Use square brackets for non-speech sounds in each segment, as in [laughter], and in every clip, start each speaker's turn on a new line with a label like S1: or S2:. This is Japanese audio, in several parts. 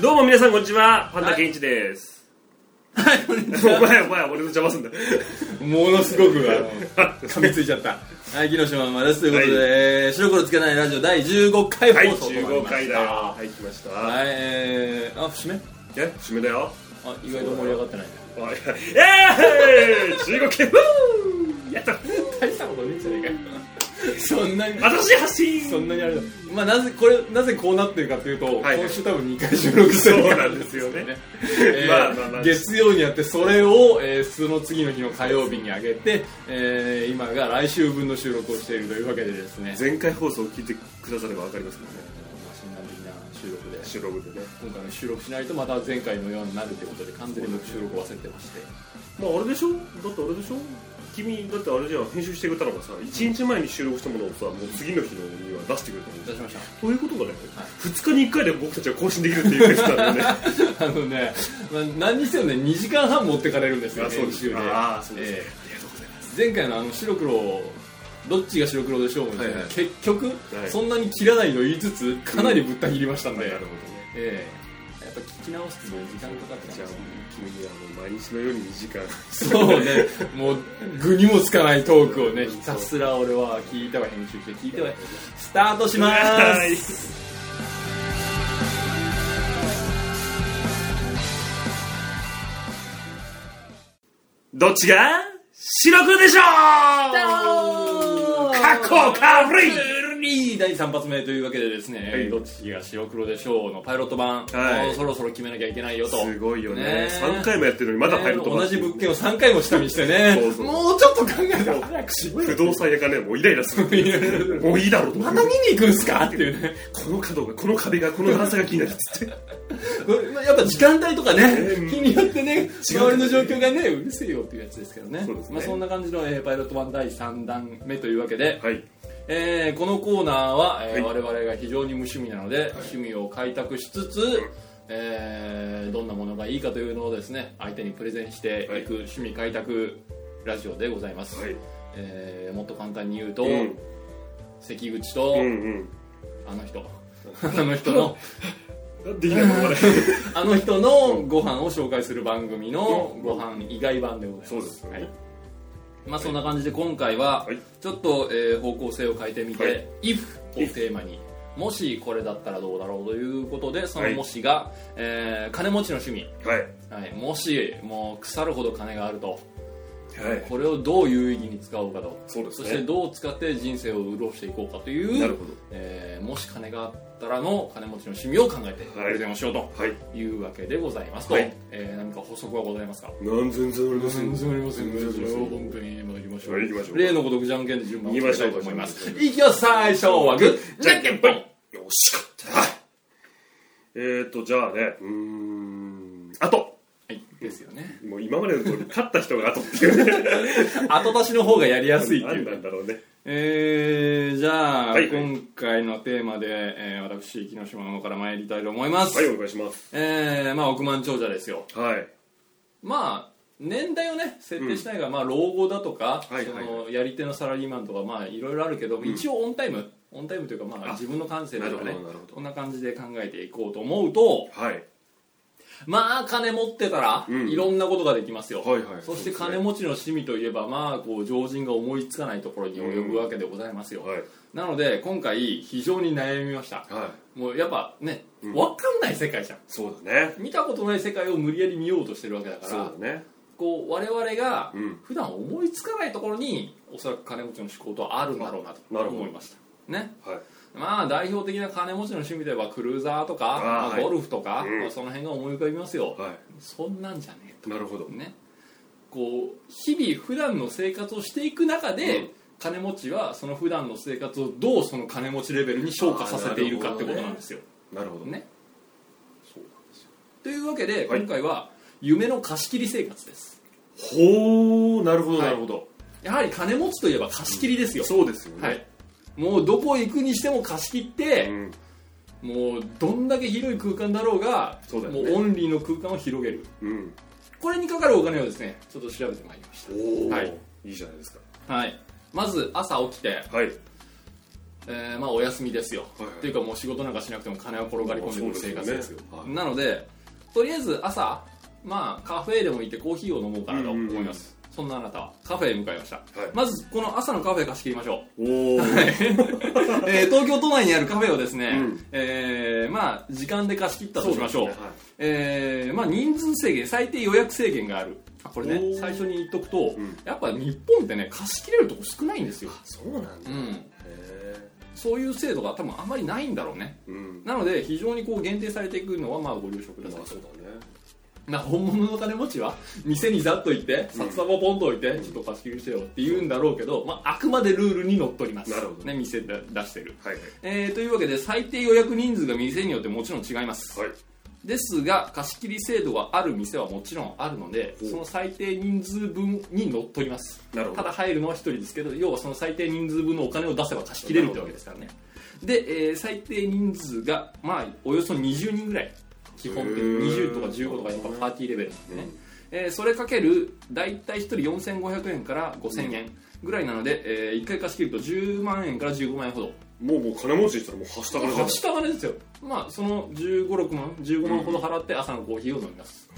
S1: どうも皆さんこんにちはパンダケンイチです、
S2: はい、こんにち
S1: お
S2: は。
S1: 前お前俺の邪魔すんだ
S2: ものすごく、あの、噛みついちゃった。はい、木下まんまです。ということで、
S1: は
S2: えー白黒つけないラジオ第15回
S1: はい
S2: 放送となりました。
S1: 15回だよはい来ました、
S2: はい、えー、あ、締め
S1: え締めだよ
S2: あ、意外と盛り上がってない。
S1: はいえーイ中国系ふーやった
S2: 大したことねえじゃねえか [laughs] そんなに、
S1: 私発信
S2: そんなにあれだ。まあ、なぜ、これ、なぜこうなってるかというと、
S1: はい
S2: 今週多分2回収録してる
S1: そう
S2: か
S1: な
S2: ら
S1: んですよね
S2: えー
S1: まあまあまあ
S2: 月曜にやってそれを、えーその次の日の火曜日に上げて、えー今が来週分の収録をしているというわけでですね
S1: 前回放送を聞いてくださればわかりますけどね
S2: 診断的な収録で
S1: 収録でね
S2: 今回の収録しないとまた前回のようになるということで完全に僕収録を忘れてまして
S1: まああれでしょだってあれでしょ君だってあれじゃん編集してくれたのがさ1日前に収録したものをさもう次の日のには出してくれたの
S2: 出しまし
S1: そういうことだよね、2日に1回で僕たちは更新できるっていうことなんだよね
S2: たあのね、まあ、何にせよね2時間半持ってかれるんですよ
S1: あそう
S2: 編
S1: です
S2: 集で
S1: ああそうです、
S2: え
S1: ありがとうございます
S2: ー前回のあの白黒どっちが白黒でしょうもね、
S1: はいはい
S2: 結局、
S1: い
S2: そんなに切らないと言いつつかなりぶった切りましたんで、
S1: なるほどね
S2: ええやっぱ聞き直すのに時間かかっ
S1: じ
S2: ち
S1: ゃ
S2: ゃ
S1: あ
S2: う
S1: 君にはもう毎日のように2時間
S2: そうねもう具にもつかないトークをねひたすら俺は聞いては編集して聞いてはスタートしま
S1: は
S2: ー
S1: い
S2: す
S1: [laughs] どっちが白くでしょう過去かぶり
S2: 第3発目というわけでですね、
S1: はい
S2: どっちが白黒でしょうのパイロット版、
S1: はい
S2: もうそろそろ決めなきゃいけないよと
S1: すごいよね
S2: ね
S1: 三3回もやってるのにまだパイロット
S2: ね
S1: 版
S2: 同じ物件を3回も下見してね
S1: そうそう
S2: もうちょっと考えて早くしろ
S1: 不
S2: よ
S1: 動産屋がねもうイライラす
S2: いや
S1: る [laughs] もういいだろうと
S2: また見に行くんすかっていうね
S1: この角がこの壁がこの段差が気になるっつって
S2: まあやっぱ時間帯とかね、
S1: うん
S2: 日によってね、周りの状況がね、うるせえよっていうやつですけどね、
S1: そうですね
S2: まあ、そんな感じの、えーパイロット版第3弾目というわけで、
S1: はい
S2: えーこのコーナーは、えー
S1: は
S2: 我々が非常に無趣味なので、趣味を開拓しつつ、えーどんなものがいいかというのをですね、相手にプレゼンしていく趣味開拓ラジオでございます。
S1: はい
S2: えーもっと簡単に言うと、
S1: うん
S2: 関口と、
S1: うん
S2: あの人、 [laughs] あの人の。
S1: うんできないことまで
S2: あの人のご飯を紹介する番組のご飯以外版でございます。
S1: そうですね
S2: はい。まあそんな感じで今回は
S1: はい、
S2: ちょっと、えー方向性を変えてみて、
S1: はい
S2: if をテーマに、もしこれだったらどうだろうということで、その
S1: はい
S2: もしが、えー金持ちの趣味、
S1: はい
S2: はい、もしもう腐るほど金があると、
S1: はい
S2: これをどう有意義に使おうかと、
S1: そうです
S2: そ
S1: ね
S2: してどう使って人生を潤していこうかという、
S1: なるほど
S2: えーもし金があったらの金持ちの趣味を考えてプレゼンをしようと。
S1: はい
S2: いうわけでございますと、
S1: はい
S2: えー何か補足はございますか
S1: なん全然ありません
S2: ありま
S1: せん全然ありません
S2: 本当にまあ行きましょう,、
S1: はい行きましょう
S2: 例のごとくじゃんけんで順番を
S1: 行きましょう
S2: 決めたいと思いますいきます最初はグーじゃんけんぽん
S1: よし勝ったえーとじゃあねうーんあと
S2: はいですよね
S1: もう今までの通り勝った人があとっていう [laughs] ね
S2: 後出しの方がやりやすいって
S1: 何
S2: い
S1: な
S2: うん
S1: だろうね
S2: えー、じゃあ、
S1: はい
S2: 今回のテーマで、えー、私木下真央から参りたいと思います、
S1: はいお願いします
S2: えー、まあ億万長者ですよ
S1: はい
S2: まあ年代をね設定しないが、まあ老後だとか、
S1: はい
S2: そ
S1: はい
S2: のやり手のサラリーマンとかまあいろいろあるけど、一応オンタイムオンタイムというかまあ
S1: あ
S2: 自分の感性とか
S1: なる
S2: ね
S1: ほどなるほど
S2: こんな感じで考えていこうと思うと
S1: はい
S2: まあ金持ってたら
S1: うん
S2: いろんなことができますよ、
S1: はいはい
S2: そして金持ちの趣味といえばまあこう常人が思いつかないところに及ぶわけでございますよ、
S1: はい
S2: なので今回非常に悩みました
S1: はい
S2: もうやっぱね、
S1: うん
S2: わかんない世界じゃん
S1: そうだね
S2: 見たことない世界を無理やり見ようとしてるわけだか
S1: そ
S2: ら
S1: うだね
S2: こう我々が
S1: うん
S2: 普段思いつかないところにおそらく金持ちの思考とはあるんだろうなと
S1: なるほど
S2: 思いましたね
S1: はい
S2: まあ代表的な金持ちの趣味ではクルーザーとか
S1: あー
S2: ま
S1: は
S2: あ、
S1: い
S2: ゴルフとか、
S1: うん
S2: まあ、その辺が思い浮かびますよ、
S1: は
S2: そんなんじゃね
S1: いなるほど
S2: えねこう日々普段の生活をしていく中で、
S1: うん
S2: 金持ちはその普段の生活をどうその金持ちレベルに昇華させているかってことなんですよ、
S1: なるほど
S2: ね
S1: そうなんですよ
S2: というわけで
S1: はい
S2: 今回は夢の貸し切り生活です
S1: ほうなるほど
S2: はい
S1: なるほど
S2: やはり金持ちといえば貸し切りですよ、
S1: そうですよね
S2: はい、もうどこ行くにしても貸し切って、
S1: うん
S2: もうどんだけ広い空間だろうが
S1: そうだよ
S2: も
S1: ね
S2: うオンリーの空間を広げる
S1: うん
S2: これにかかるお金をですねちょっと調べてまいりまし
S1: おお
S2: はい
S1: いいじゃないですか
S2: た、はい、まず朝起きて
S1: はい
S2: えーまあ、お休みですよ、
S1: はいはい
S2: っていうかもう仕事なんかしなくても金は転がり込んでくる生
S1: そ
S2: 活ですよ
S1: うですよねはい
S2: なのでとりあえず朝、まあ、カフェでも行ってコーヒーを飲もうかなと思います、そんなあなたはカフェへ向かいました、まずこの朝のカフェ貸し切りましょう
S1: おー
S2: えー東京都内にあるカフェをですね、
S1: うん
S2: えーまあ、時間で貸し切ったとしまし
S1: そ
S2: ょう、
S1: うですねはい
S2: えーまあ、人数制限、最低予約制限がある。あこれ
S1: お
S2: ね、
S1: ー
S2: 最初に言っとくと、
S1: ん
S2: やっぱ日本ってね、貸し切れるとこ少ないんですよ。
S1: そうなん
S2: う
S1: だへ
S2: ん。
S1: え
S2: そういう制度が多分あんまりないんだろうね。
S1: うん
S2: なので、非常にこう限定されていくのは、まあご了承くださ
S1: まあ。
S2: い
S1: そうだね
S2: まあ本物の金持ちは、店にざっと行って、札束ポンと置いて、ちょっと貸し切りしてよって言うんだろうけど、まああくまでルールにのっとります。
S1: なるほど
S2: ね、店で出してる。
S1: はいはい
S2: えーというわけで最低予約人数が店によってもちろん違います、
S1: はい
S2: ですが貸し切り制度がある店はもちろんあるので
S1: お
S2: その最低人数分に乗っ取ります
S1: なるほ
S2: た
S1: ど
S2: だ入るのは1人ですけど要はその最低人数分のお金を出せば貸し切れるってわけですからねで、えー最低人数がまあおよそ20人ぐらい基本的に
S1: へー
S2: 20とか15とかやっぱパーティーレベルなんですね、えーそれかける大体1人4500円から5000円ぐらいなので、え1回貸し切ると10万円から15万円ほど
S1: もうもう金持ちにしたらもうはしたからじゃ
S2: はした金ですよまあその1 5 6万15万ほど払って朝のコーヒーを飲み [laughs] ます、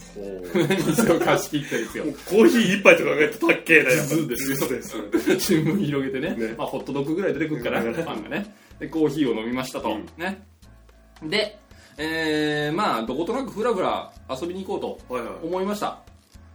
S1: ない
S2: 店を貸し切ってですよ
S1: もうコーヒー一杯とか考えたらたっけえだよ
S2: ズズです
S1: ズズです
S2: [laughs] 新聞広げてね
S1: ね
S2: まあ、ホットドッグぐらい出てくるから
S1: うん
S2: パンがねでコーヒーを飲みましたと、
S1: うん
S2: ねでえー、まあどことなくふらふら遊びに行こう
S1: はいは
S2: と思いました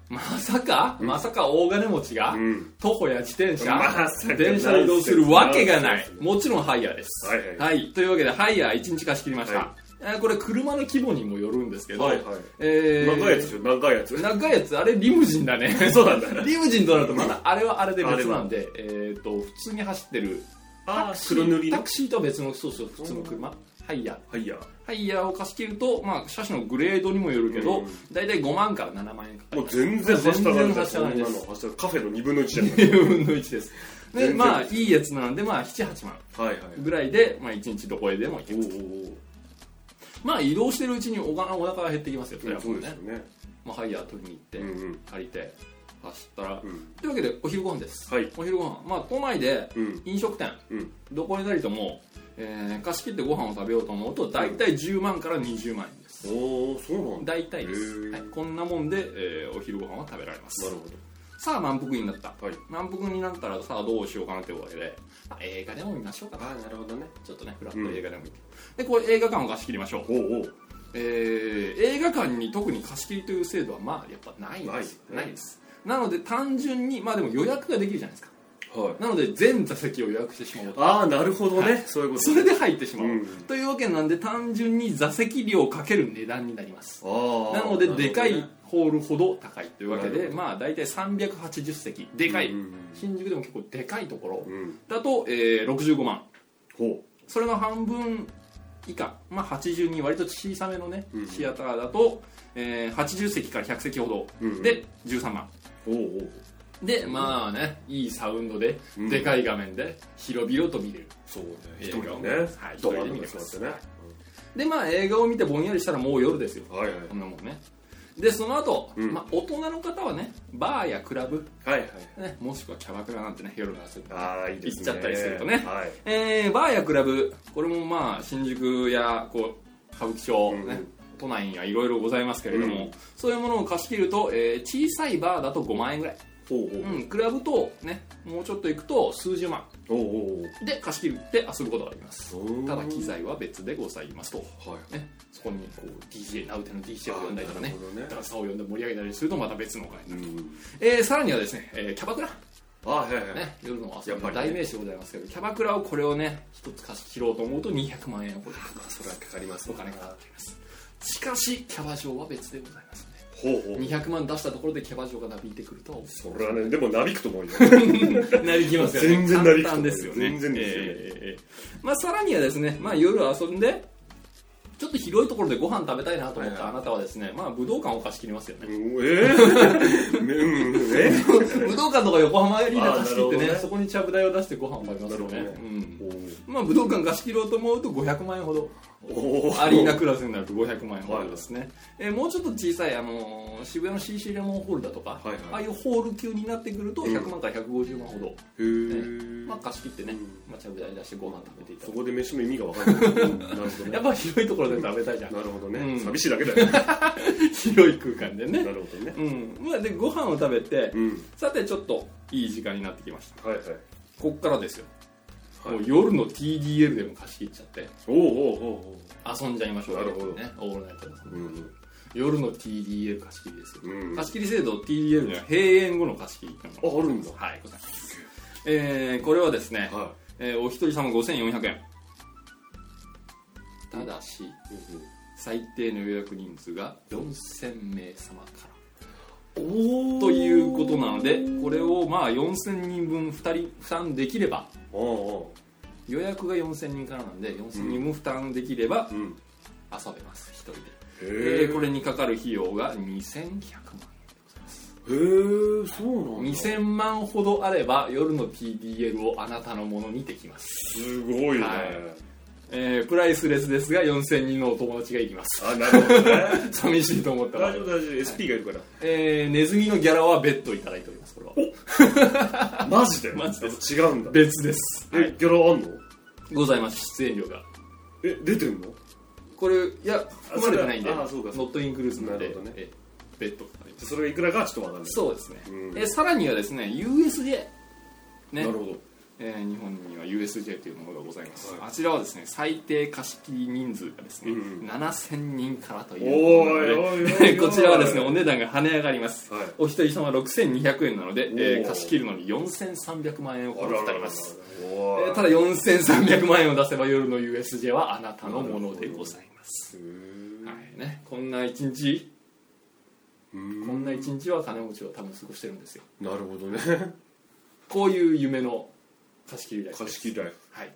S2: まさか、まさか大金持ちが、
S1: いうん
S2: 徒歩や自転車、
S1: まさか
S2: 電車で移動するわけがない
S1: ナンセンス
S2: もちろんハイヤーです
S1: はいはい
S2: というわけでハイヤー1日貸し切りました、
S1: は
S2: えーこれ車の規模にもよるんですけど、
S1: はいはい
S2: えー
S1: 長いやつでしょ長いやつ
S2: 長いやつあれリムジンだね
S1: [laughs] そうなんだ
S2: リムジンとなるとまだあれはあれで別なんで、えー、と普通に走ってる
S1: あ
S2: タクシ
S1: [laughs]
S2: ー
S1: 黒塗り
S2: タ
S1: の
S2: クシーとは別のそうそう普通の車ハイヤ
S1: は
S2: ー
S1: いや
S2: ハイヤーを貸し切ると、まあ、車種のグレードにもよるけど、
S1: うん
S2: 大体5万から7万円かか
S1: もう全然はしたから
S2: 全然はしたがら
S1: じゃん
S2: で
S1: そ
S2: す
S1: んなのはしたがらカフェの2分の1じゃ
S2: る10分の1です
S1: 全
S2: で
S1: 然
S2: まあいいやつなんでまあ78万
S1: んはいはい
S2: ぐらいで、まあ、1日どこへでも行け
S1: お
S2: る
S1: うおう
S2: まあ移動してるうちにお金お腹が減ってきますよそ
S1: お
S2: れ
S1: う
S2: は
S1: そ
S2: も
S1: う
S2: う
S1: です
S2: ね
S1: よね
S2: まあ、ハイヤー取りに行って、
S1: うんうん
S2: 借りて走ったら、
S1: うん
S2: というわけでお昼ご飯です、
S1: はい
S2: お昼ご飯まあ都内で
S1: うん
S2: 飲食店、
S1: うん
S2: どこになりとも、えー貸し切ってご飯を食べようと思うと大体10万から20万円です
S1: おおそうなんだ
S2: 大体です、
S1: へー
S2: はい、こんなもんで、えーお昼ご飯は食べられます
S1: なるほ
S2: さあ満腹になった
S1: どはい
S2: 満腹になったらさあどうしようかなというわけで、まあ映画でも見ましょうかな
S1: ああなるほどね
S2: ちょっとねフラッと映画でも見て、でこれ映画館を貸し切りましょう
S1: おうおう
S2: えー映画館に特に貸し切りという制度はまあやっぱないんです
S1: ない
S2: ですなので単純にまあでも予約ができるじゃないですか
S1: はい
S2: なので全座席を予約してしまうと
S1: ああなるほどねそういうこと
S2: それで入ってしまう、
S1: うん
S2: というわけなんで単純に座席料をかける値段になります
S1: ああ
S2: なのででかい
S1: なる
S2: ホールほど高いというわけ
S1: な
S2: で、
S1: るほ
S2: まあ大体380席でかい、
S1: うんうん
S2: 新宿でも結構でかいところ
S1: ほどねうん
S2: だと、えー65万
S1: ほ
S2: それの半分以下、まあ、82割と小さめのね、
S1: うん
S2: シアターだと、えー80席から100席ほど、
S1: うん
S2: で13万
S1: うおうおう
S2: でまあねいいサウンドで、
S1: うん
S2: でかい画面で広々と見れる
S1: そうね
S2: 映
S1: 一
S2: 画を
S1: 人でね
S2: はい一
S1: ド
S2: 人
S1: ア
S2: で
S1: と
S2: 見
S1: か
S2: れ
S1: 座
S2: ま
S1: って
S2: す
S1: ね
S2: でまあ映画を見てぼんやりしたらもう夜ですよ
S1: うんはいはい
S2: こんなもんねでその後、
S1: うん
S2: まあ大人の方はねバーやクラブ、
S1: はいはい
S2: ね、もしくはキャバクラなんてね夜の遊び
S1: ああいいですね
S2: 行っちゃったりするとね
S1: はい
S2: えー、バーやクラブこれもまあ新宿やこう歌舞伎町、
S1: う
S2: ね
S1: ん
S2: 都内にはいろいろございますけれども、
S1: うん
S2: そういうものを貸し切ると、えー小さいバーだと5万円ぐらい、
S1: ほうほう
S2: うん、クラブとねもうちょっと行くと数十万
S1: おうおう
S2: で貸し切って遊ぶことができます
S1: おう
S2: ただ機材は別でございますと、
S1: はい
S2: ね、そこにこう DJ ナウテの DJ を呼んだりとか
S1: な
S2: ね
S1: るほどね
S2: ダンサーを呼んで盛り上げたりするとまた別のお
S1: う
S2: 金、
S1: ん
S2: えーさらにはですね、えーキャバクラ
S1: あはいはいはい
S2: ね、夜の遊びの
S1: やっぱり
S2: 代
S1: ね
S2: 名詞でございますけど、キャバクラをこれをね一つ貸し切ろうと思うと200万円を超えてくる
S1: まあそれはかかります
S2: お金がかかっていますしかしキャバ嬢は別でございますね
S1: ほうほう
S2: 200万出したところでキャバ嬢がなびいてくるとは
S1: それはねでもなびくと思うよ
S2: [laughs] なりきますよね
S1: 全然なびく
S2: 簡単ですよね
S1: 全然ですよね
S2: ええええええまあさらにはですね、まあ、夜遊んでちょっと広いところでご飯食べたいなと思ったあなたはですね、まあ武道館を貸し切りますよね。
S1: うんえーねうんえ
S2: [laughs] 武道館とか横浜アリーナ貸し切って
S1: あーなるほ
S2: ね
S1: どね
S2: そこにちゃぶ台を出してご飯を食べますよね
S1: なるほ
S2: うん
S1: ー
S2: まあ武道館貸し切ろうと思うと500万円ほど
S1: おー
S2: アリーナクラスになると500万円ほどですね、えーもうちょっと小さい、あのー渋谷の CC レモンホールだとか、
S1: いはい
S2: ああいうホール級になってくると
S1: うん
S2: 100万から150万ほど、
S1: へー
S2: まあ、貸し切ってね、
S1: うん
S2: まあ、ちゃぶ台出してご飯食べていた
S1: そ
S2: だ
S1: こで飯の意味が分かんないうんなるほど
S2: く
S1: ね
S2: やっぱ広いところで食べたいじゃん
S1: なるほどね、
S2: うん
S1: 寂しいだけだよなる
S2: 広い空間でね、
S1: ほどね
S2: うんまあ、でご飯を食べて
S1: うん
S2: さてちょっといい時間になってきました
S1: はいはい
S2: こっからですよ
S1: はい
S2: もう夜の TDL でも貸し切っちゃって
S1: おうおうおう
S2: 遊んじゃいましょう
S1: なるほど
S2: ねオールナイトです
S1: おううん
S2: 夜の TDL 貸し切りですよ、
S1: うんあ
S2: 貸し切り制度 TDL には閉園後の貸し切りっていうのが
S1: あるんだ
S2: はいございますえー、これはですね、
S1: は
S2: えーお一人様5400円ただし
S1: い、
S2: 最低の予約人数が4000名様から
S1: おお
S2: ということなのでこれをまあ4000人分2人負担できれば
S1: お
S2: 予約が4000人からなんで4000人分負担できれば
S1: うおううん
S2: 遊べます一人で
S1: へ
S2: えーこ
S1: れ
S2: れにかかる費用が2100万
S1: へえそうなんだ
S2: 2000万ほどあれば夜の TDL をあなたのものにできます、
S1: すごいね、
S2: はいえープライスレスですが4000人のお友達が行きます [laughs]
S1: あなるほどね
S2: 寂しいと思ったら
S1: 大丈夫大丈夫 SP がいるから、
S2: えーネズミのギャラは別途いただいておりますこれは
S1: マジで
S2: マジで
S1: 違うんだ
S2: 別です、
S1: え、
S2: はい
S1: ギャラあんの
S2: ございます出演料が
S1: え出てんの
S2: これいや含まれてないんで
S1: あそうかそうか
S2: ノットインクルーズなので
S1: なるほどね
S2: えー別途かかります
S1: それがいくらかちょっとわかんない
S2: そうですね、
S1: うん
S2: えーさらにはですね USJ ね
S1: なるほど
S2: えー日本には USJ というものがございます、
S1: はい
S2: あちらはですね最低貸し切り人数がですね、
S1: うんうん
S2: 7000人からということ
S1: お
S2: なの
S1: いおい
S2: で
S1: おいおい
S2: [laughs] こちらはですねお値段が跳ね上がります、
S1: はい
S2: お一人様6200円なので、えー
S1: おー
S2: 貸し切るのに4300万円を超えてあります
S1: お
S2: え
S1: ー
S2: ーただ4300万円を出せば夜の USJ はあなたのものでございます、
S1: へー
S2: はいね、こんな一日
S1: うん
S2: こんな一日は金持ちを多分過ごしてるんですよ
S1: なるほどね
S2: こういう夢の貸し切りだ
S1: 貸し切りライフ
S2: はい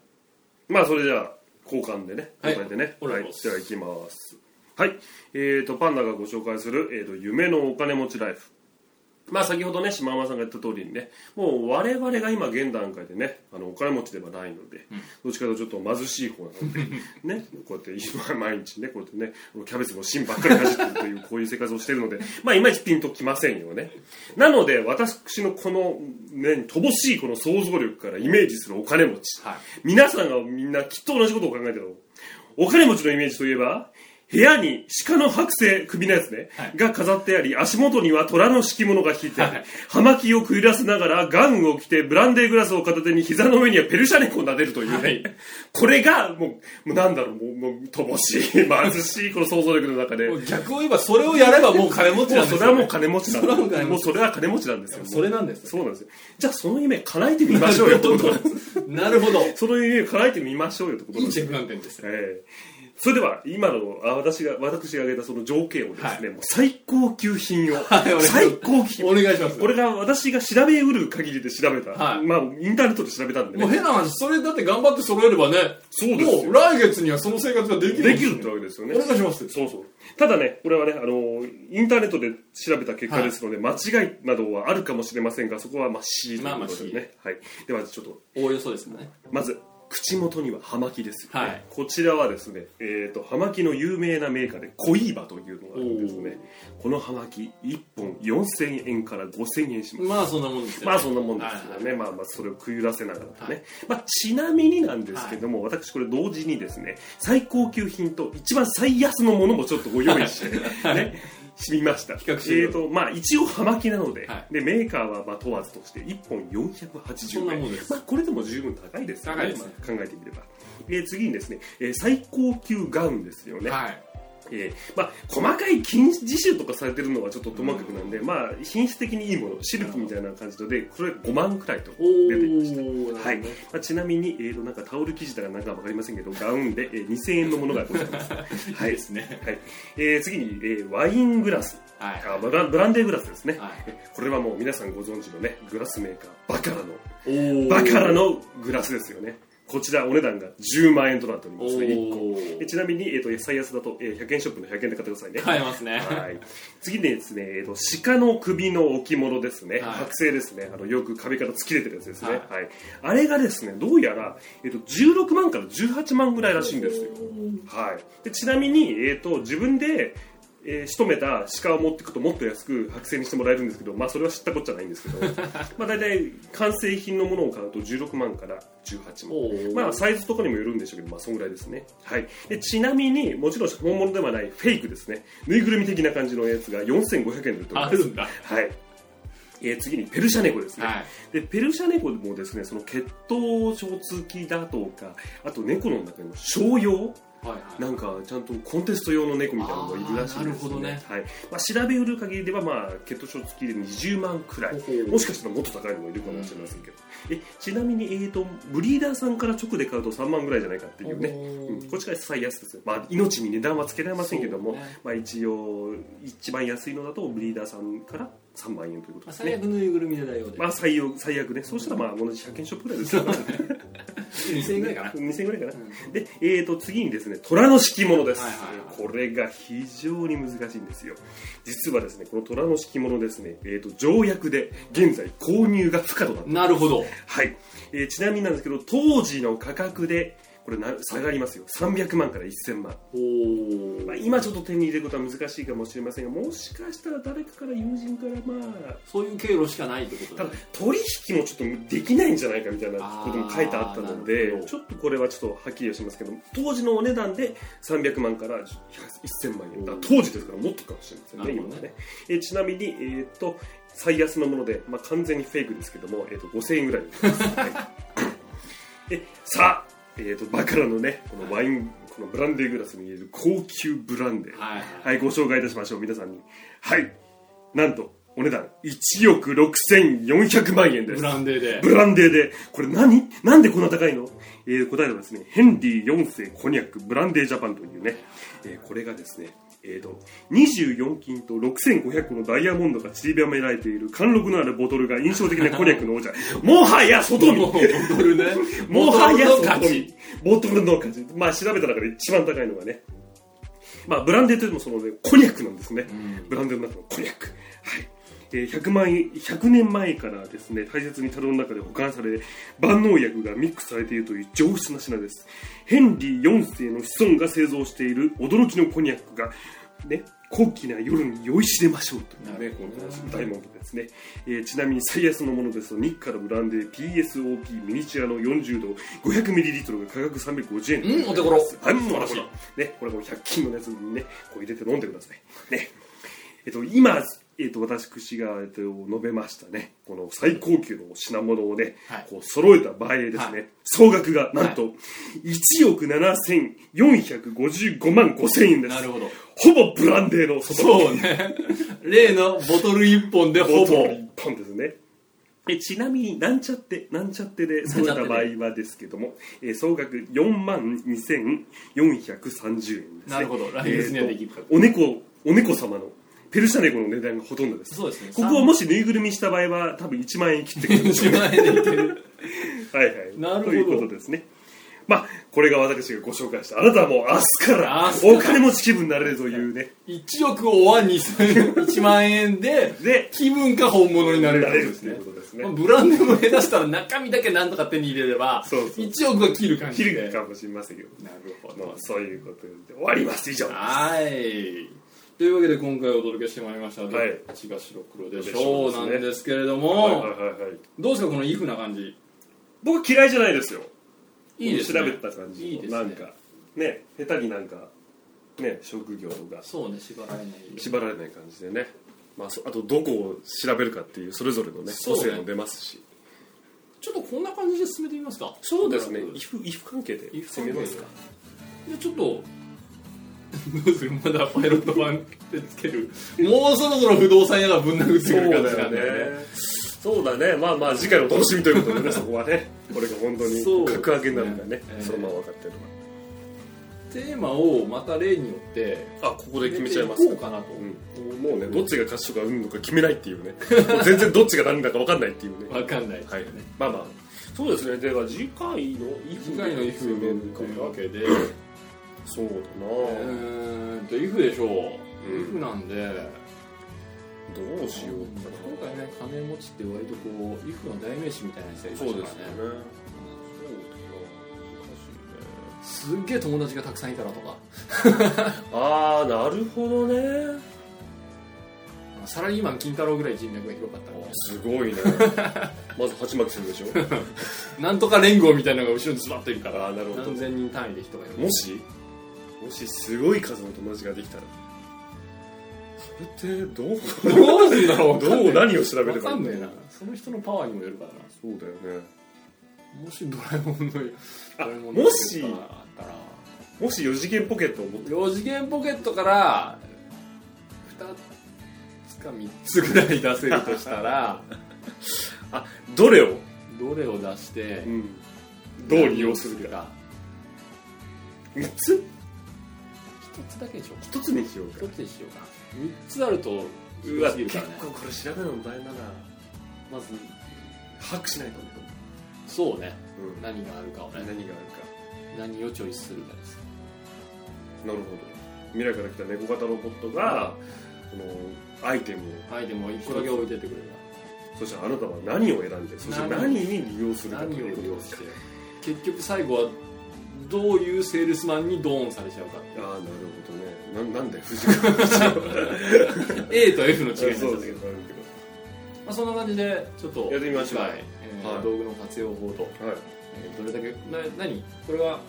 S1: まあそれじゃあ交換でね
S2: はい
S1: 交換でね
S2: お願いします
S1: では行きますはいえー、とパンダがご紹介する、えー、と夢のお金持ちライフまあ先ほどね島山さんが言った通りにねもう我々が今現段階でねあのお金持ちではないので、どっちかというとちょっと貧しい方なので [laughs] ねこうやって今毎日ねこうやってねキャベツの芯ばっかりかじってるという [laughs] こういう生活をしているのでまあいまいちピンときませんよねなので私のこの、ね、乏しいこの想像力からイメージするお金持ち、
S2: はい
S1: 皆さんがみんなきっと同じことを考えてるお金持ちのイメージといえば部屋に鹿の剥製首のやつね、
S2: はい
S1: が飾ってあり足元には虎の敷物が引いてあり、
S2: はい
S1: 葉巻を食い出せながらガンを着てブランデーグラスを片手に膝の上にはペルシャ猫を撫でるというね、これがもうもうなんだろうもうもう乏しい [laughs] 貧しいこの想像力の中で
S2: もう逆を言えばそれをやればもう金持ち
S1: も
S2: な
S1: うん
S2: で
S1: そ
S2: す
S1: れは
S2: よ、
S1: もう
S2: ね、
S1: 金持ちな
S2: それはも
S1: ん
S2: う金
S1: で
S2: 持ち
S1: もうそれは金持ちなんですよ
S2: それなんですよ
S1: そうなんですよじゃあその夢叶えてみましょうよって
S2: [laughs]
S1: ことなんです
S2: なるほど
S1: その夢叶えてみましょうよってこと
S2: [laughs] い
S1: なん
S2: い
S1: です
S2: 着眼点ですよ
S1: ええそれでは今のあ私が私が挙げたその条件をですね、もう最高級品を、
S2: [laughs] いお願いします
S1: 最高級
S2: [laughs] お願いします
S1: これが私が調べうる限りで調べた、
S2: はい
S1: まあインターネットで調べたんで
S2: もう
S1: ね
S2: 変な話それだって頑張って揃えればね
S1: そうですよ
S2: もう来月にはその生活ができる
S1: できるってわけですよね
S2: お願いします
S1: そうそうただねこれはねあのインターネットで調べた結果ですので、間違いなどはあるかもしれませんがそこはまあ C と
S2: まあ
S1: いう
S2: ま
S1: こ
S2: あ
S1: とでね、はい、ではちょっと
S2: おおよそですね
S1: まず口元には葉巻ですよね、
S2: はい
S1: こちらはですね、えー、と葉巻の有名なメーカーでコイーバというのがあるんですねこの葉巻1本4000円から5000円します
S2: まあそんなもんですよ、
S1: まあそんなもんですよね、まあまあそれを食い出せながらね、
S2: はい
S1: まあ、ちなみになんですけども、私これ同時にですね最高級品と一番最安のものもちょっとご用意して、
S2: [laughs]
S1: ねしみました
S2: 較しよう
S1: えーとまあ、一応葉巻なので,、
S2: はい
S1: でメーカーはまあ問わずとして1本480
S2: そ
S1: 円
S2: んなもんです
S1: まあ、これでも十分高いですよね
S2: 高いですね
S1: まあ考えてみれば、えー次にですね、えー最高級ガウンですよね、
S2: はい
S1: えーまあ、細かい金刺繍とかされてるのはちょっと細かくなんで、まあ、品質的にいいものシルクみたいな感じのでこれ5万くらいと
S2: おお
S1: 出てきました
S2: は
S1: はいまあ、ちなみに、えー、となんかタオル生地だかなんかわかりませんけどガウンで、えー2000円のものがございます、はい
S2: [laughs] い
S1: い
S2: ですね
S1: はいえー次に、えーワイングラス
S2: はい
S1: あブランブランデーグラスですね、
S2: はい
S1: これはもう皆さんご存知のねグラスメーカーバカラの
S2: おお
S1: バカラのグラスですよねこちらお値段が10万円となっております1個
S2: お
S1: で
S2: ー
S1: ちなみに、えー、と最安だと、えー100円ショップの100円で買ってくださいね
S2: 買えますね
S1: はい、次ですね、えー、と鹿の首の置物ですね、
S2: はい
S1: 剥製ですねあのよく壁から突き出てるやつですね、
S2: は
S1: はいいあれがですねどうやら、えー、と16万から18万ぐらいらしいんですよ、はい、でちなみに、えー、と自分で、えー仕留めた鹿を持っていくともっと安く剥製にしてもらえるんですけど、まあ、それは知ったこっちゃないん [laughs] ですけどまあ大体完成品のものを買うと16万から18万
S2: おー
S1: まあ、サイズとかにもよるんでしょうけど、まあ、そんぐらいですね、はい、でちなみにもちろん本物ではないフェイクですねぬいぐるみ的な感じのやつが4500円で売っており
S2: あ
S1: ま
S2: る
S1: す
S2: んだ
S1: はいえー次にペルシャ猫ですね、
S2: はい
S1: でペルシャ猫もですねその血統書付きだとかあと猫の中にも商用
S2: はいはい
S1: なんかちゃんとコンテスト用の猫みたいなのがいるらしいです、
S2: あーなるほどね
S1: はいまあ、調べうる限りでは、まあ、血統書付きで20万くらい
S2: ほほう
S1: もしかしたらもっと高いのもいるかもしれませんけど、えちなみに、えー、とブリーダーさんから直で買うと3万ぐらいじゃないかっていうね、
S2: お
S1: う
S2: ー
S1: ん、こっちが最安ですよ、まあ、命に値段はつけられませんけども、
S2: そうね
S1: まあ、一応一番安いのだとブリーダーさんから3万円ということ
S2: まあ
S1: です
S2: 最
S1: ね
S2: 悪ぬいぐるみで代用で
S1: まあ最悪最悪ね、そうしたらまあ同じ100円ショップぐらいですよ、
S2: 2000円ぐらいかな
S1: 2000円ぐらいかな、
S2: う
S1: で、えー、と次にですね虎の敷物です、
S2: はいはいはい
S1: これが非常に難しいんですよ実はですねこの虎の敷物ですね、えー、と条約で現在購入が不可となって
S2: なるほど
S1: はい、えーちなみになんですけど当時の価格でこれな下がりますよ300万から1000万、
S2: お
S1: まあ、
S2: ー
S1: 今ちょっと手に入れることは難しいかもしれませんがもしかしたら誰かから友人からまあ
S2: そういう経路しかないってこと
S1: た
S2: だ
S1: だ
S2: ね
S1: 取引もちょっとできないんじゃないかみたいなことも書いてあったの
S2: あーなる
S1: で
S2: ほど
S1: ちょっとこれはちょっとはっきりはしますけど当時のお値段で300万から1000万円だから当時ですからもっとかもしれませんね
S2: なるほ
S1: 今は
S2: どね
S1: ねえーちなみに、えーっと最安のもので、まあ、完全にフェイクですけども、えーっと5000円ぐらいです、はいでさあ、えーっとバカラのねこのワインこのブランデーグラスに入れる高級ブランデー
S2: はいはい
S1: はい、ご紹介いたしましょう、皆さんに。はい、なんと、お値段、1億6400万円です。
S2: ブ
S1: ブラ
S2: ランデーで
S1: ンデーで、これ何なんでこんな高いの、えー答えはですね、ヘンリー4世コニャックブランデージャパンというね、えーこれがですね、えー、と24金と6500個のダイヤモンドが散りばめられている貫禄のあるボトルが印象的なコニャック [laughs] の王者もはや外見
S2: もうボトルね
S1: もはや
S2: ボトルの価
S1: 勝
S2: 値
S1: ち。ボトルの価値。まあ調べた中で一番高いのがね。まあブランデーというのもそのね、コニャックなんですね。ブランデーの中のコニャック。はい。えー100万円100年前からですね大切に樽の中で保管され万能薬がミックスされているという上質な品ですヘンリー4世の子孫が製造している驚きのコニャックが、ね、高貴な夜に酔いしれましょうという、ね、このダイヤモンドですね、えーちなみに最安のものですと日からブランデー PSOP ミニチュアの40度 500ml が価格350円と
S2: うんお手頃
S1: はい素晴らしい、ね、これも100均のやつにねこう入れて飲んでくださいねえっと、今、えっと、私が、えっと、述べましたね、この最高級の品物をね、
S2: はい
S1: こう揃えた場合ですね、
S2: はい
S1: 総額がなんと、1億7455万5000円です。
S2: なるほど
S1: ほぼブランデーの外
S2: そうね例のボトル一本で
S1: ほ
S2: ほ
S1: ぼ
S2: ぼ
S1: 一本ですね。えちなみになんちゃってなんちゃってで揃えた場合はですけども、えー総額4万2430円ですね
S2: なるほど来月にはできるか
S1: えーとお猫お猫様のペルシャ猫の値段がほとんどです
S2: そうですね
S1: ここはもしぬいぐるみした場合は多分1万円切ってくる
S2: [laughs]
S1: んでしょう
S2: 1
S1: ね
S2: 万円でいける
S1: はいはい
S2: なるほど
S1: ということですねまあこれが私がご紹介したあなたはもう明日から
S2: 明日から
S1: お金持ち気分になれるというね
S2: 1億をお椀にする1万円で
S1: で
S2: 気分か本物になれる
S1: なれるということですね
S2: まあブランドも下手したら中身だけなんとか手に入れれば
S1: そうそう
S2: 1億は切る感じ
S1: 切
S2: で
S1: るかもしれませんよ
S2: なるほ
S1: も
S2: ど
S1: うそういうことで終わります以上
S2: はいというわけで今回お届けしてまいりました「どっ
S1: はい
S2: ちが白黒でし
S1: でし
S2: ょ
S1: ょ
S2: う」
S1: う
S2: な
S1: です
S2: ん
S1: ね
S2: ですけれど
S1: はいは
S2: も
S1: いはいはい
S2: どうですかこのイフな感じ
S1: 僕は嫌いじゃないですよ
S2: いいですね
S1: 調べた感じの
S2: いいですね
S1: なんかね下手になんかね職業が
S2: そうね縛られない
S1: 縛られない感じでね、まあ、そあとどこを調べるかっていうそれぞれのね
S2: そう
S1: 個
S2: ね
S1: 性も出ますし
S2: ちょっとこんな感じで進めてみますか
S1: イフイフ関係で
S2: イフ関
S1: 攻め
S2: 係で
S1: ますか
S2: じゃあちょっと [laughs] どうするまだパイロット版ってつけるもうそろそろ不動産屋がぶん殴ってくる感じなんだよね
S1: そうだねまあまあ次回のお楽しみということでねそこはねこれが本当
S2: そう
S1: に格上げになるんだね
S2: えー
S1: そのまま分かってる
S2: テーマをまた例によって
S1: のはあここで決めちゃいま
S2: 決
S1: す
S2: めていこうかなと、
S1: うん、もうねどっちが勝つと [laughs] かうんのか決めないっていうねもう全然どっちが何だか分かんないっていうね
S2: わかんないです
S1: は
S2: よ
S1: い
S2: ね、
S1: まあまあそうですねでは次回のイフ
S2: 次回のイフというわけで、
S1: そうだな、
S2: えー、とイフでしょう、イフなんで
S1: どうしようか
S2: 今回ね金持ちって割とこうイフの代名詞みたいな人がい
S1: な
S2: ましたからね
S1: そうだな
S2: すっげえ友達がたくさんいたらとか
S1: ああなるほどね
S2: サラリーマン金太郎ぐらい人脈が広かったら
S1: すご
S2: [laughs]
S1: いねまず鉢巻きするでしょ
S2: なんとか連合みたいなのが後ろにズバッといるか
S1: あ
S2: ら
S1: ーなるほど
S2: 何千人単位で人がいる
S1: もしもしすごい数の友達ができたらそれってどう
S2: どうするんだろう
S1: どう何を調べれば
S2: わか
S1: いい
S2: ん
S1: の
S2: ねえなその人のパワーにもよるからな
S1: そうだよね
S2: もしドラえもんのドラえもんの
S1: もし
S2: ポケットがあったら
S1: もし4次元ポケットを持って
S2: 4次元ポケットから2つか3つぐらい出せるとした [laughs] ら
S1: どれを、
S2: どれを出して
S1: ん、どう利用するか
S2: か
S1: 3つ
S2: 1つだけでしょうか
S1: 1つにしようか
S2: 1つにしようか3つあると
S1: うわ
S2: すぎる
S1: 結
S2: からね
S1: 構これ調べるの大変だなまず把握しないとね、
S2: そうね
S1: うん
S2: 何があるかを
S1: 何があ
S2: ね
S1: るか
S2: 何をチョイスするかです
S1: なるほど未来から来た猫型ロボットがこのアイテムを
S2: はいでも1個だけ置いてってくれる
S1: そしてあなたは何を選んでそして
S2: 何を
S1: 何に利用するか
S2: 何
S1: と
S2: を
S1: いう
S2: 利
S1: こと
S2: 用
S1: で
S2: し
S1: す
S2: て結局最後はどういうセールスマンにドーンされちゃうか
S1: ああなるほどねななんで藤川
S2: [laughs] A と F の違いになっちゃ
S1: そううそうは
S2: んだけど、まあ、そんな感じでちょっと
S1: やってみましょう
S2: 次回えー
S1: はい
S2: 道具の活用法と、
S1: い
S2: えーどれだけな何これは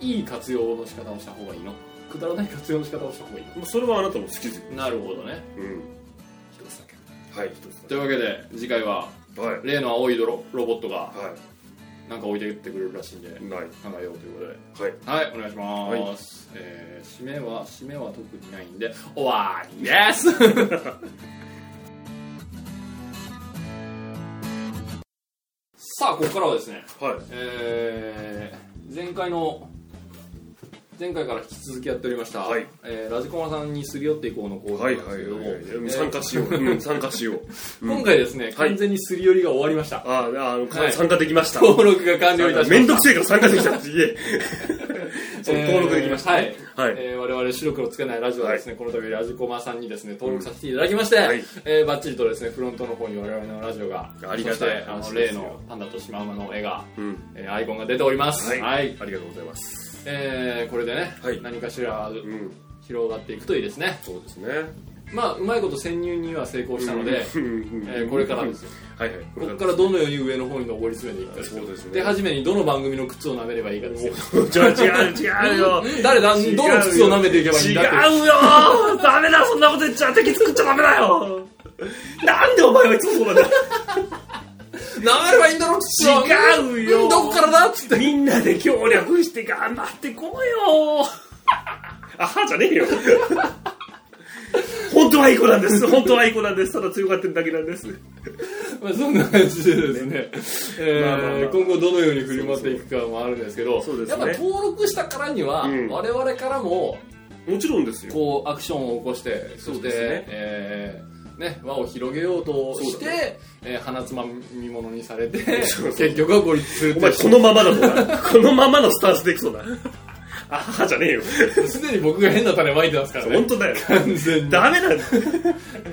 S2: いい活用の仕方をした方がいいのくだらない活用の仕方をした方がいい
S1: まあそれはあなたの好き好き
S2: のなるほどね
S1: うん
S2: 一つだけ
S1: はい一つ
S2: というわけで次回は
S1: だはい
S2: 例の青いドロロボットが
S1: は
S2: なんか置いてってくれるらしいんで
S1: いないはい
S2: 考えようということではい、お願いします。えー締めは、締めは特にないんで、終わりです [laughs] さあ、ここからはですね、
S1: はい
S2: えー前回の、前回から引き続きやっておりました、
S1: はい
S2: えーラジコマさんにすり寄っていこうのコーナ
S1: は
S2: ー
S1: い
S2: なん
S1: は
S2: ですけ
S1: い
S2: れども、
S1: はい
S2: えー
S1: 参加しよう、うん、参加し [laughs] よう
S2: 今回ですね、完全にすり寄りが終わりました。
S1: あーあの、
S2: はい
S1: 参加できました
S2: 登録が完了いたしました。
S1: めんどくせえから参加できたって言え [laughs] そう登録できました、
S2: えーはい
S1: はい
S2: えー我々白黒つけないラジオはですね、この度ラジコマさんにですね登録させていただきまして、
S1: んはい
S2: えー、バッチリとですねフロントの方に我々のラジオが
S1: ありがたい
S2: そしてあの
S1: 話で
S2: 例
S1: すよ
S2: のパンダとシマウマの絵が、
S1: うん
S2: えーアイコンが出ております
S1: は
S2: はいい、
S1: ありがとうございます
S2: えーこれでね、
S1: はい
S2: 何かしら
S1: うん
S2: 広がっていくといいですね
S1: そうですね
S2: まあうまいこと潜入には成功したので、
S1: うんうん
S2: えーこれから
S1: [laughs]
S2: ですよ
S1: はいはい
S2: ここからどのように上の方に上り詰めていくかですよ
S1: そうですね
S2: で初めにどの番組の靴を舐めればいいかですよ
S1: じゃあ違う [laughs] 違うよ
S2: 誰だ
S1: 違うよ
S2: どの靴を舐めていけばいいんだって
S1: 違うよダメだそんなこと言っちゃ敵作っちゃダメだよ [laughs] なんでお前はいつもそうなんだ
S2: 流ればいいんだろ土は
S1: 違うよ
S2: んどこからだっつって
S1: みんなで協力して頑張ってこうよあはじゃねえよ本当はいい子なんです本当はいい子なんですただ強がってるだけなんです
S2: まあそんな感じでですね、え
S1: まあまあまあ
S2: ー今後どのように振り回っていくかもあるんですけど
S1: そうです
S2: やっ
S1: ね
S2: ぱ登録したからには、
S1: うん
S2: 我々からも
S1: もちろんですよ
S2: こうアクションを起こしてそ
S1: そ
S2: し
S1: う
S2: て、
S1: ですね
S2: えーね、輪を広げようとし
S1: そう
S2: て、
S1: だ
S2: えー鼻つまみ物にされて
S1: そうそう
S2: 結局は孤立するっ
S1: お
S2: てい
S1: 前
S2: う
S1: このままだもんなこのままのスタンスでいくそうだあはじゃねえよ
S2: すでに僕が変な種まいてますから
S1: 本
S2: ね
S1: 当だよ
S2: 完全に
S1: ダメなんだ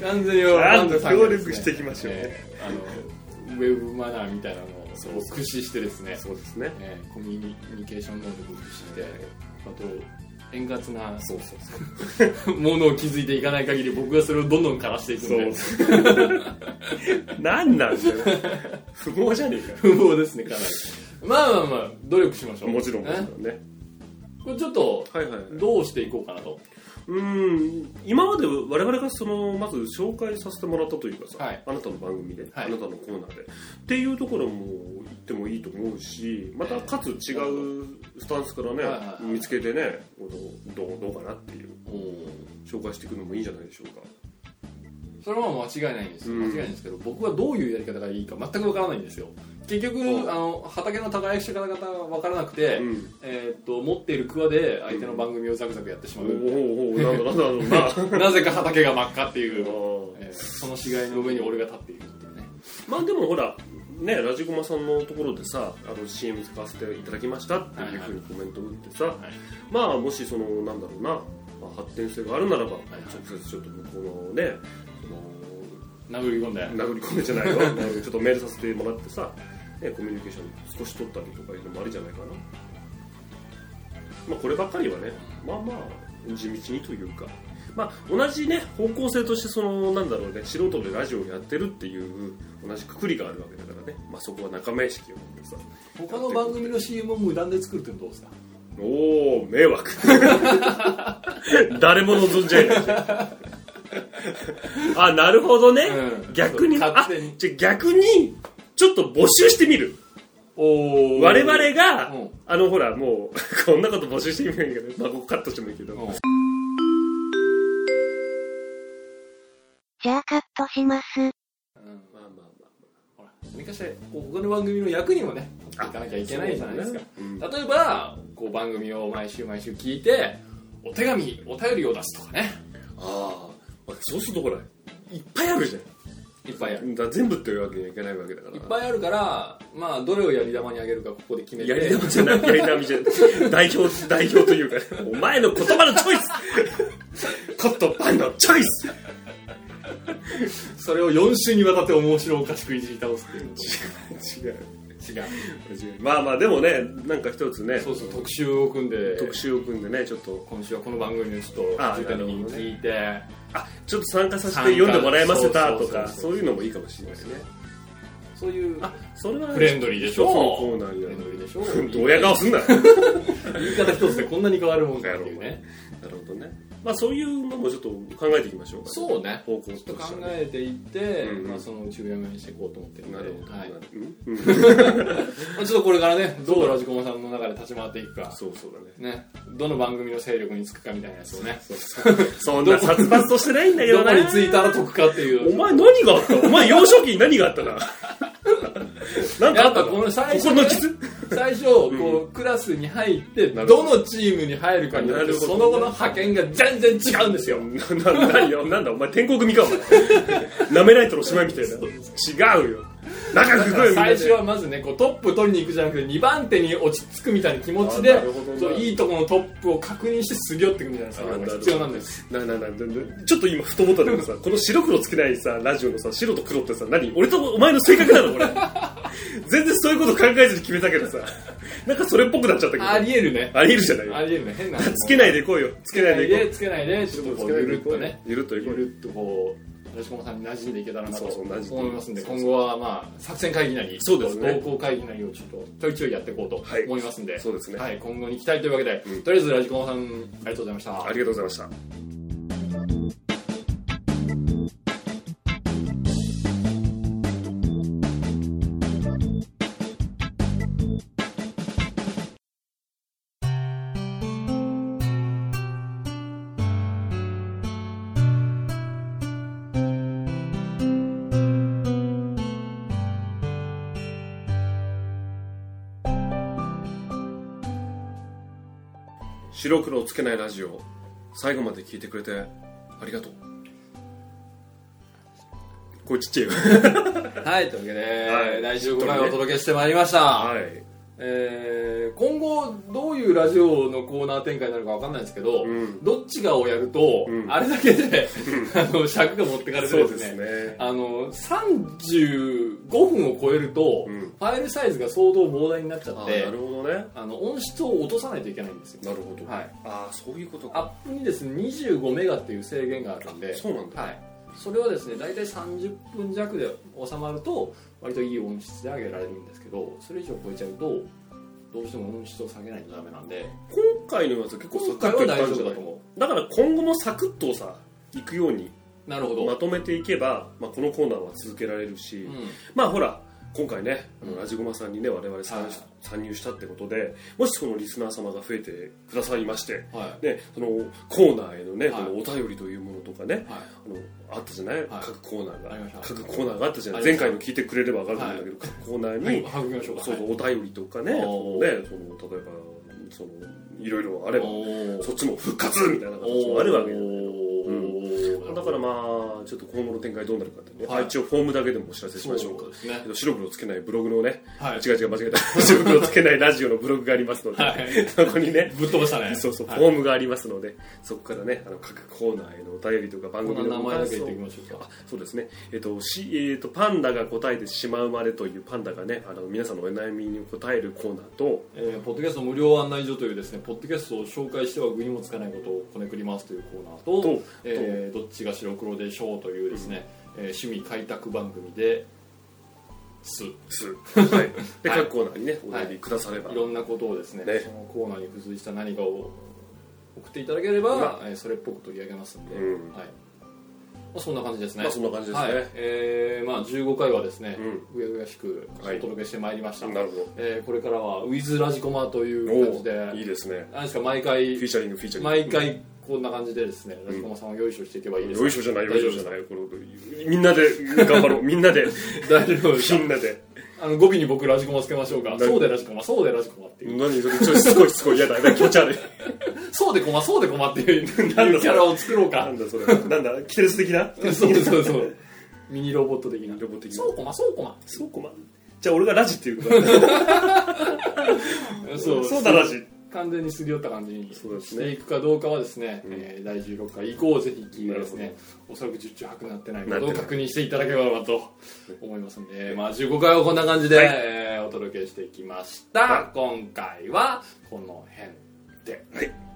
S2: 完全にワンダさんがです
S1: 協力
S2: ね
S1: していきましょう
S2: えーあのウェブマナーみたいなのを
S1: そう
S2: 駆使してですね
S1: そうですね
S2: えーコミュニケーション能力を駆使してあと円滑な
S1: そうそうそう
S2: [laughs] ものを築いていかない限り僕がそれをどんどん枯らしていくんで
S1: そう。なんなんだよ。不毛じゃねえ
S2: 不毛ですねかなりまあまあまあ努力しましょ
S1: か。
S2: う
S1: もちろん、もちろ
S2: ね
S1: んね。
S2: これちょっと
S1: はいはい。
S2: どうしていこうかなと
S1: うん、今まで我々がその、まず紹介させてもらったというかさ、
S2: はい
S1: あなたの番組で、
S2: はい
S1: あなたのコーナーで、っていうところも言ってもいいと思うし、またかつ違うスタンスからね、
S2: はいはいはい
S1: 見つけてね、このどう、どうかなっていう、
S2: お
S1: 紹介していくのもいいんじゃないでしょうか。
S2: それはもう間違いないんですよ
S1: うん
S2: 間違いないんですけど僕はどういうやり方がいいか全くわからないんですよ結局
S1: うん
S2: あの畑の耕し方がわからなくて、
S1: うん。
S2: えーっと持っている桑で相手の番組をザクザクやってし
S1: お
S2: ま
S1: お
S2: う、
S1: おおなんだなんだろうな。
S2: [laughs] なぜか畑が真っ赤って
S1: あ
S2: いう
S1: ー
S2: えーその死骸の上に俺が立っているっていうね
S1: まあでもほらねラジゴマさんのところでさあの CM 使わせていただきましたっていうふうにコメントを打ってさ、
S2: はい
S1: まあもしそのなんだろうな、まあ、発展性があるならば、直接ちょっと向こうのね
S2: 殴り込んで
S1: その殴り込めじゃないわ [laughs] あのちょっとメールさせてもらってさ、ね、コミュニケーション少し取ったりとかいうのもありじゃないかなまあこればっかりはねまあまあ地道にというかまあ同じね方向性としてそのなんだろうね素人でラジオをやってるっていう同じくくりがあるわけだからねまあそこは仲間意識を持ってさ
S3: 他の番組の CM を無断で作るってのどうですか
S1: おお迷惑 [laughs] 誰も望んじゃいないあなるほどね、
S2: うん
S1: 逆に
S2: そう
S1: あ
S2: 勝手に
S1: じゃあ逆にちょっと募集してみる
S2: おお
S1: 我々が、
S2: うん
S1: あのほらもう [laughs] こんなこと募集してみるんやけど、まあ、ここカットしてもいいけど、
S2: うん
S4: じゃあカットします。
S2: う
S1: ま
S2: ん
S1: あまあ
S2: ほら何かしらこう他の番組の役にもね立っていかなきゃいけないじゃないですか、
S1: うん
S2: 例えばこう番組を毎週毎週聞いてお手紙お便りを出すとかね
S1: まあああそうするとほらいっぱいあるじ
S2: いっぱいあ
S1: ゃ
S2: る
S1: んだから全部っていうわけにはいかないわけだから
S2: いっぱいあるからまあどれをやり玉にあげるかここで決めて
S1: やり玉じゃない、やり玉じゃない。代表、代表というか、お前の言葉のチョイスコットパンのチョイス
S2: それを4週にわたって面白おかしくいじり倒すっていう
S1: 違う。
S2: 違う
S1: 違う。まあまあ、でもね、なんか一つね、
S2: そうそう特集を組んで
S1: 特集を組んでね、ちょっと、
S2: 今週はこの番組の人を
S1: あ
S2: 重点的に聞いて、
S1: あ、ちょっと参加させて
S2: 参加
S1: 読んでもらえませたと
S2: そうそうそう
S1: か、
S2: そ
S1: そういうのもいいかもしれないね。
S2: そういう
S1: あ、それは、
S2: フレンドリーでしょ
S1: 一つのコーナー
S2: フレンドリーでしょ
S1: になる。親顔すんな。なる
S2: 言い方一つでこんなに変わるもんかっていうね
S1: ほどね。まあそういうのもちょっと考えていきましょうか、
S2: そうね
S1: 方向
S2: ちょ
S1: と
S2: っと
S1: し
S2: 考
S1: てはね。
S2: えていって、
S1: うん
S2: まあ、そのうちうやむやにしていこうと思ってるんで
S1: なるほど。
S2: はい
S1: な
S2: ま
S1: るうんうん
S2: あ、ちょっとこれからねどうラジコマさんの中で立ち回っていくか
S1: そうそうだね。
S2: ねどの番組の勢力につくかみたいなやつをね
S1: そんな殺伐としてないんだけ
S2: ど
S1: ど
S2: こ
S1: な。
S2: についたら得かってい
S1: お
S2: う
S1: 前何があったお前幼少期に何があった
S2: [laughs]
S1: ななんか
S2: や
S1: あ
S2: っ
S1: っ
S2: ぱ
S1: た
S2: この最初
S1: 心の傷
S2: 最初こうクラスに入って
S1: な
S2: ど
S1: るほど
S2: のチームに入るかによっ
S1: な
S2: て
S1: るほど
S2: その後の派遣が全然違うんですよ
S1: なななんよなんだお前天候組かお前舐められたらおしまいみたいな違うよ仲良く行こうよみんな
S2: 最
S1: で
S2: 初はまずねこうトップ取りに行くじゃなくて2番手に落ち着くみたいな気持ち
S1: あ
S2: で
S1: なるほどな
S2: そういいとこのトップを確認してすり寄っていくみたいな作業が必要なんです
S1: ななななちょっと今ふと思ったんだけどさこの白黒つけないさラジオのさ白と黒ってさ何俺とお前の性格なのこれ全然そういうこと考えずに決めたけどさなんかそれっぽくなっちゃったけど
S2: ありえるね
S1: ありえるじゃないよ
S2: ありえるね変な
S1: つけないでいこうよつけないでいこう
S2: つけないでつけないでちょっとこうゆるっとね
S1: ゆるっと
S2: ゆ
S1: いこうよ
S2: るっとこう吉本さんに馴染んでいけたらなと
S1: そうそう馴染んで
S2: 思いますんで
S1: そうそう
S2: 今後はまあ作戦会議なり
S1: そうですね
S2: 同行会議なりをちょっとちょいちょいやっていこうと
S1: はい
S2: 思いますんで
S1: そうですね
S2: はい今後に期待というわけで
S1: うん
S2: とりあえずラジコンさんありがとうございました
S1: ありがとうございました白黒をつけないラジオ最後まで聞いてくれてありがとうこれちっちゃいよ
S2: はい、というわ
S1: は
S2: けで、
S1: い
S2: 来週5回お届けしてまいりました。
S1: い、
S2: えー今後、どういうラジオのコーナー展開になるかわかんないですけど
S1: ん、
S2: どっちがをやると
S1: う、ん
S2: あれだけで、あの、尺が持ってかれて
S1: そう
S2: で
S1: ですす
S2: ね。
S1: ね
S2: あの、35分を超えると、
S1: うん
S2: ファイルサイズが相当膨大になっちゃ
S1: あ
S2: っ
S1: あ
S2: て
S1: なる、ほどね
S2: あの、音質を落とさないといけないんです
S1: な
S2: よ。
S1: るほど、
S2: はい。
S1: ああそういうこと
S2: ア
S1: か
S2: ップにですね、25メガっていう制限があるんで、
S1: そうなんだ、
S2: はい、それはですね大体30分弱で収まると割といい音質で上げられるんですけどそれ以上超えちゃうとどうしても音質を下げないとダメなんで
S1: 今回のやつは結構サ
S2: 今
S1: クッと
S2: 回はい
S1: った
S2: 大
S1: ん
S2: 丈
S1: じゃな
S2: 夫だ
S1: い
S2: と思
S1: だから今後もサクッとさいくように
S2: うなるほど、
S1: まとめていけば、まあ、このコーナーは続けられるし、まあほら今回ねあのラジゴマさんにね我々参,、
S2: はい
S1: 参入したってことでもしこのリスナー様が増えてくださいまして
S2: うん、はい
S1: ね、そのコーナーへのね、
S2: はい
S1: このお便りというものとかね、
S2: はい
S1: あのあったじゃない、
S2: はい
S1: 各コーナー
S2: ありました
S1: が各コーナーがあったじゃない
S2: ありま
S1: 前
S2: した
S1: 回の聞いてくれれば分かるんだけど、各コーナーに、
S2: はい、育みましょうか
S1: そうそうお便りとかね
S2: おー
S1: そのねその例えばそのいろいろあれば
S2: おー
S1: そっちも復活みたいな形もあるわけよ
S2: おーほど
S1: だからまあちょっと今後の展開どうなるかってね、
S2: はい
S1: あ一応フォームだけでもお知らせしましょうか
S2: そうですね
S1: えっと白黒つけないブログのね、
S2: はい
S1: 違う違う間違えた白黒つけないラジオのブログがありますので、
S2: [laughs] はい
S1: そこにね
S2: ぶっ飛ばしたね
S1: そうそう、
S2: はい
S1: フォームがありますのでそこからねあの各コーナーへのお便りとか番組の
S2: こんな名前だけ言って
S1: ご
S2: いき
S1: 感想
S2: ましょうか
S1: あそうですねえっとし、えっとパンダが答えてしまうまでというパンダがねあの皆さんのお悩みに答えるコーナーと
S2: えーポッドキャスト無料案内所というですねポッドキャストを紹介しては具にもつかないことをこねくり回すというコーナーと
S1: と
S2: えーどっちが白黒でしょうというですね、えー趣味開拓番組ですい
S1: す、はい、で
S2: はい
S1: 各コーナーにねお便りくだされば、
S2: ろんなことをですね
S1: ね
S2: そのコーナーに付随した何かを送っていただければ、
S1: ま
S2: えーそれっぽく取り上げますんで、
S1: うん
S2: はいまあ、そんな感じですね、
S1: まあそんな感じですね
S2: はいえーまあ、15回はですね、
S1: う
S2: うやうやしくお届けしてまいりました、
S1: なるほど
S2: えーこれからは「ウィズラジコマ」という感じで
S1: おおいいですね
S2: 何ですか毎回
S1: フィーチャリングフィーチャリング
S2: 毎回こんな感じでですね、ラジコマさんを用意していけばいいですか
S1: よいしょじゃないよ
S2: 大
S1: いし
S2: 丈
S1: ょじゃ
S2: 夫ですか
S1: ないこのみんなで頑張
S2: [laughs]
S1: ろうみんなで
S2: 大丈夫です
S1: [laughs] みん
S2: か
S1: なで
S2: あの語尾に僕ラジコマつけましょうか
S1: 大丈夫
S2: そうでラジコマそうでラジコマっていう、
S1: 何それちょすごいすごい嫌だ
S2: [laughs]
S1: 気持ち悪い
S2: そうでコマそうでコマっていう
S1: [laughs] なんだそれ
S2: キャラを作ろう
S1: な
S2: か
S1: んだそれなんだキテレス的な
S2: そうそうそうミニロボット的な
S1: ロボ的な
S2: そうコマそうコマ
S1: そうこまじゃあ俺がラジっていうこと
S2: そう
S1: そうだラジ
S2: 完全にすり寄った感じに
S1: そうです
S2: し
S1: ね
S2: ていくかどうかはですね、えー第16回以降ぜひ聞いてです
S1: な
S2: ねおそらく十中八になってない
S1: な
S2: こ
S1: ってな
S2: とを
S1: い
S2: 確認していただけれ
S1: [laughs]
S2: ばなと思いますんで、まあ、15回はこんな感じで、
S1: はい
S2: えーお届けしてきました、
S1: は
S2: 今回はこの辺で
S1: はい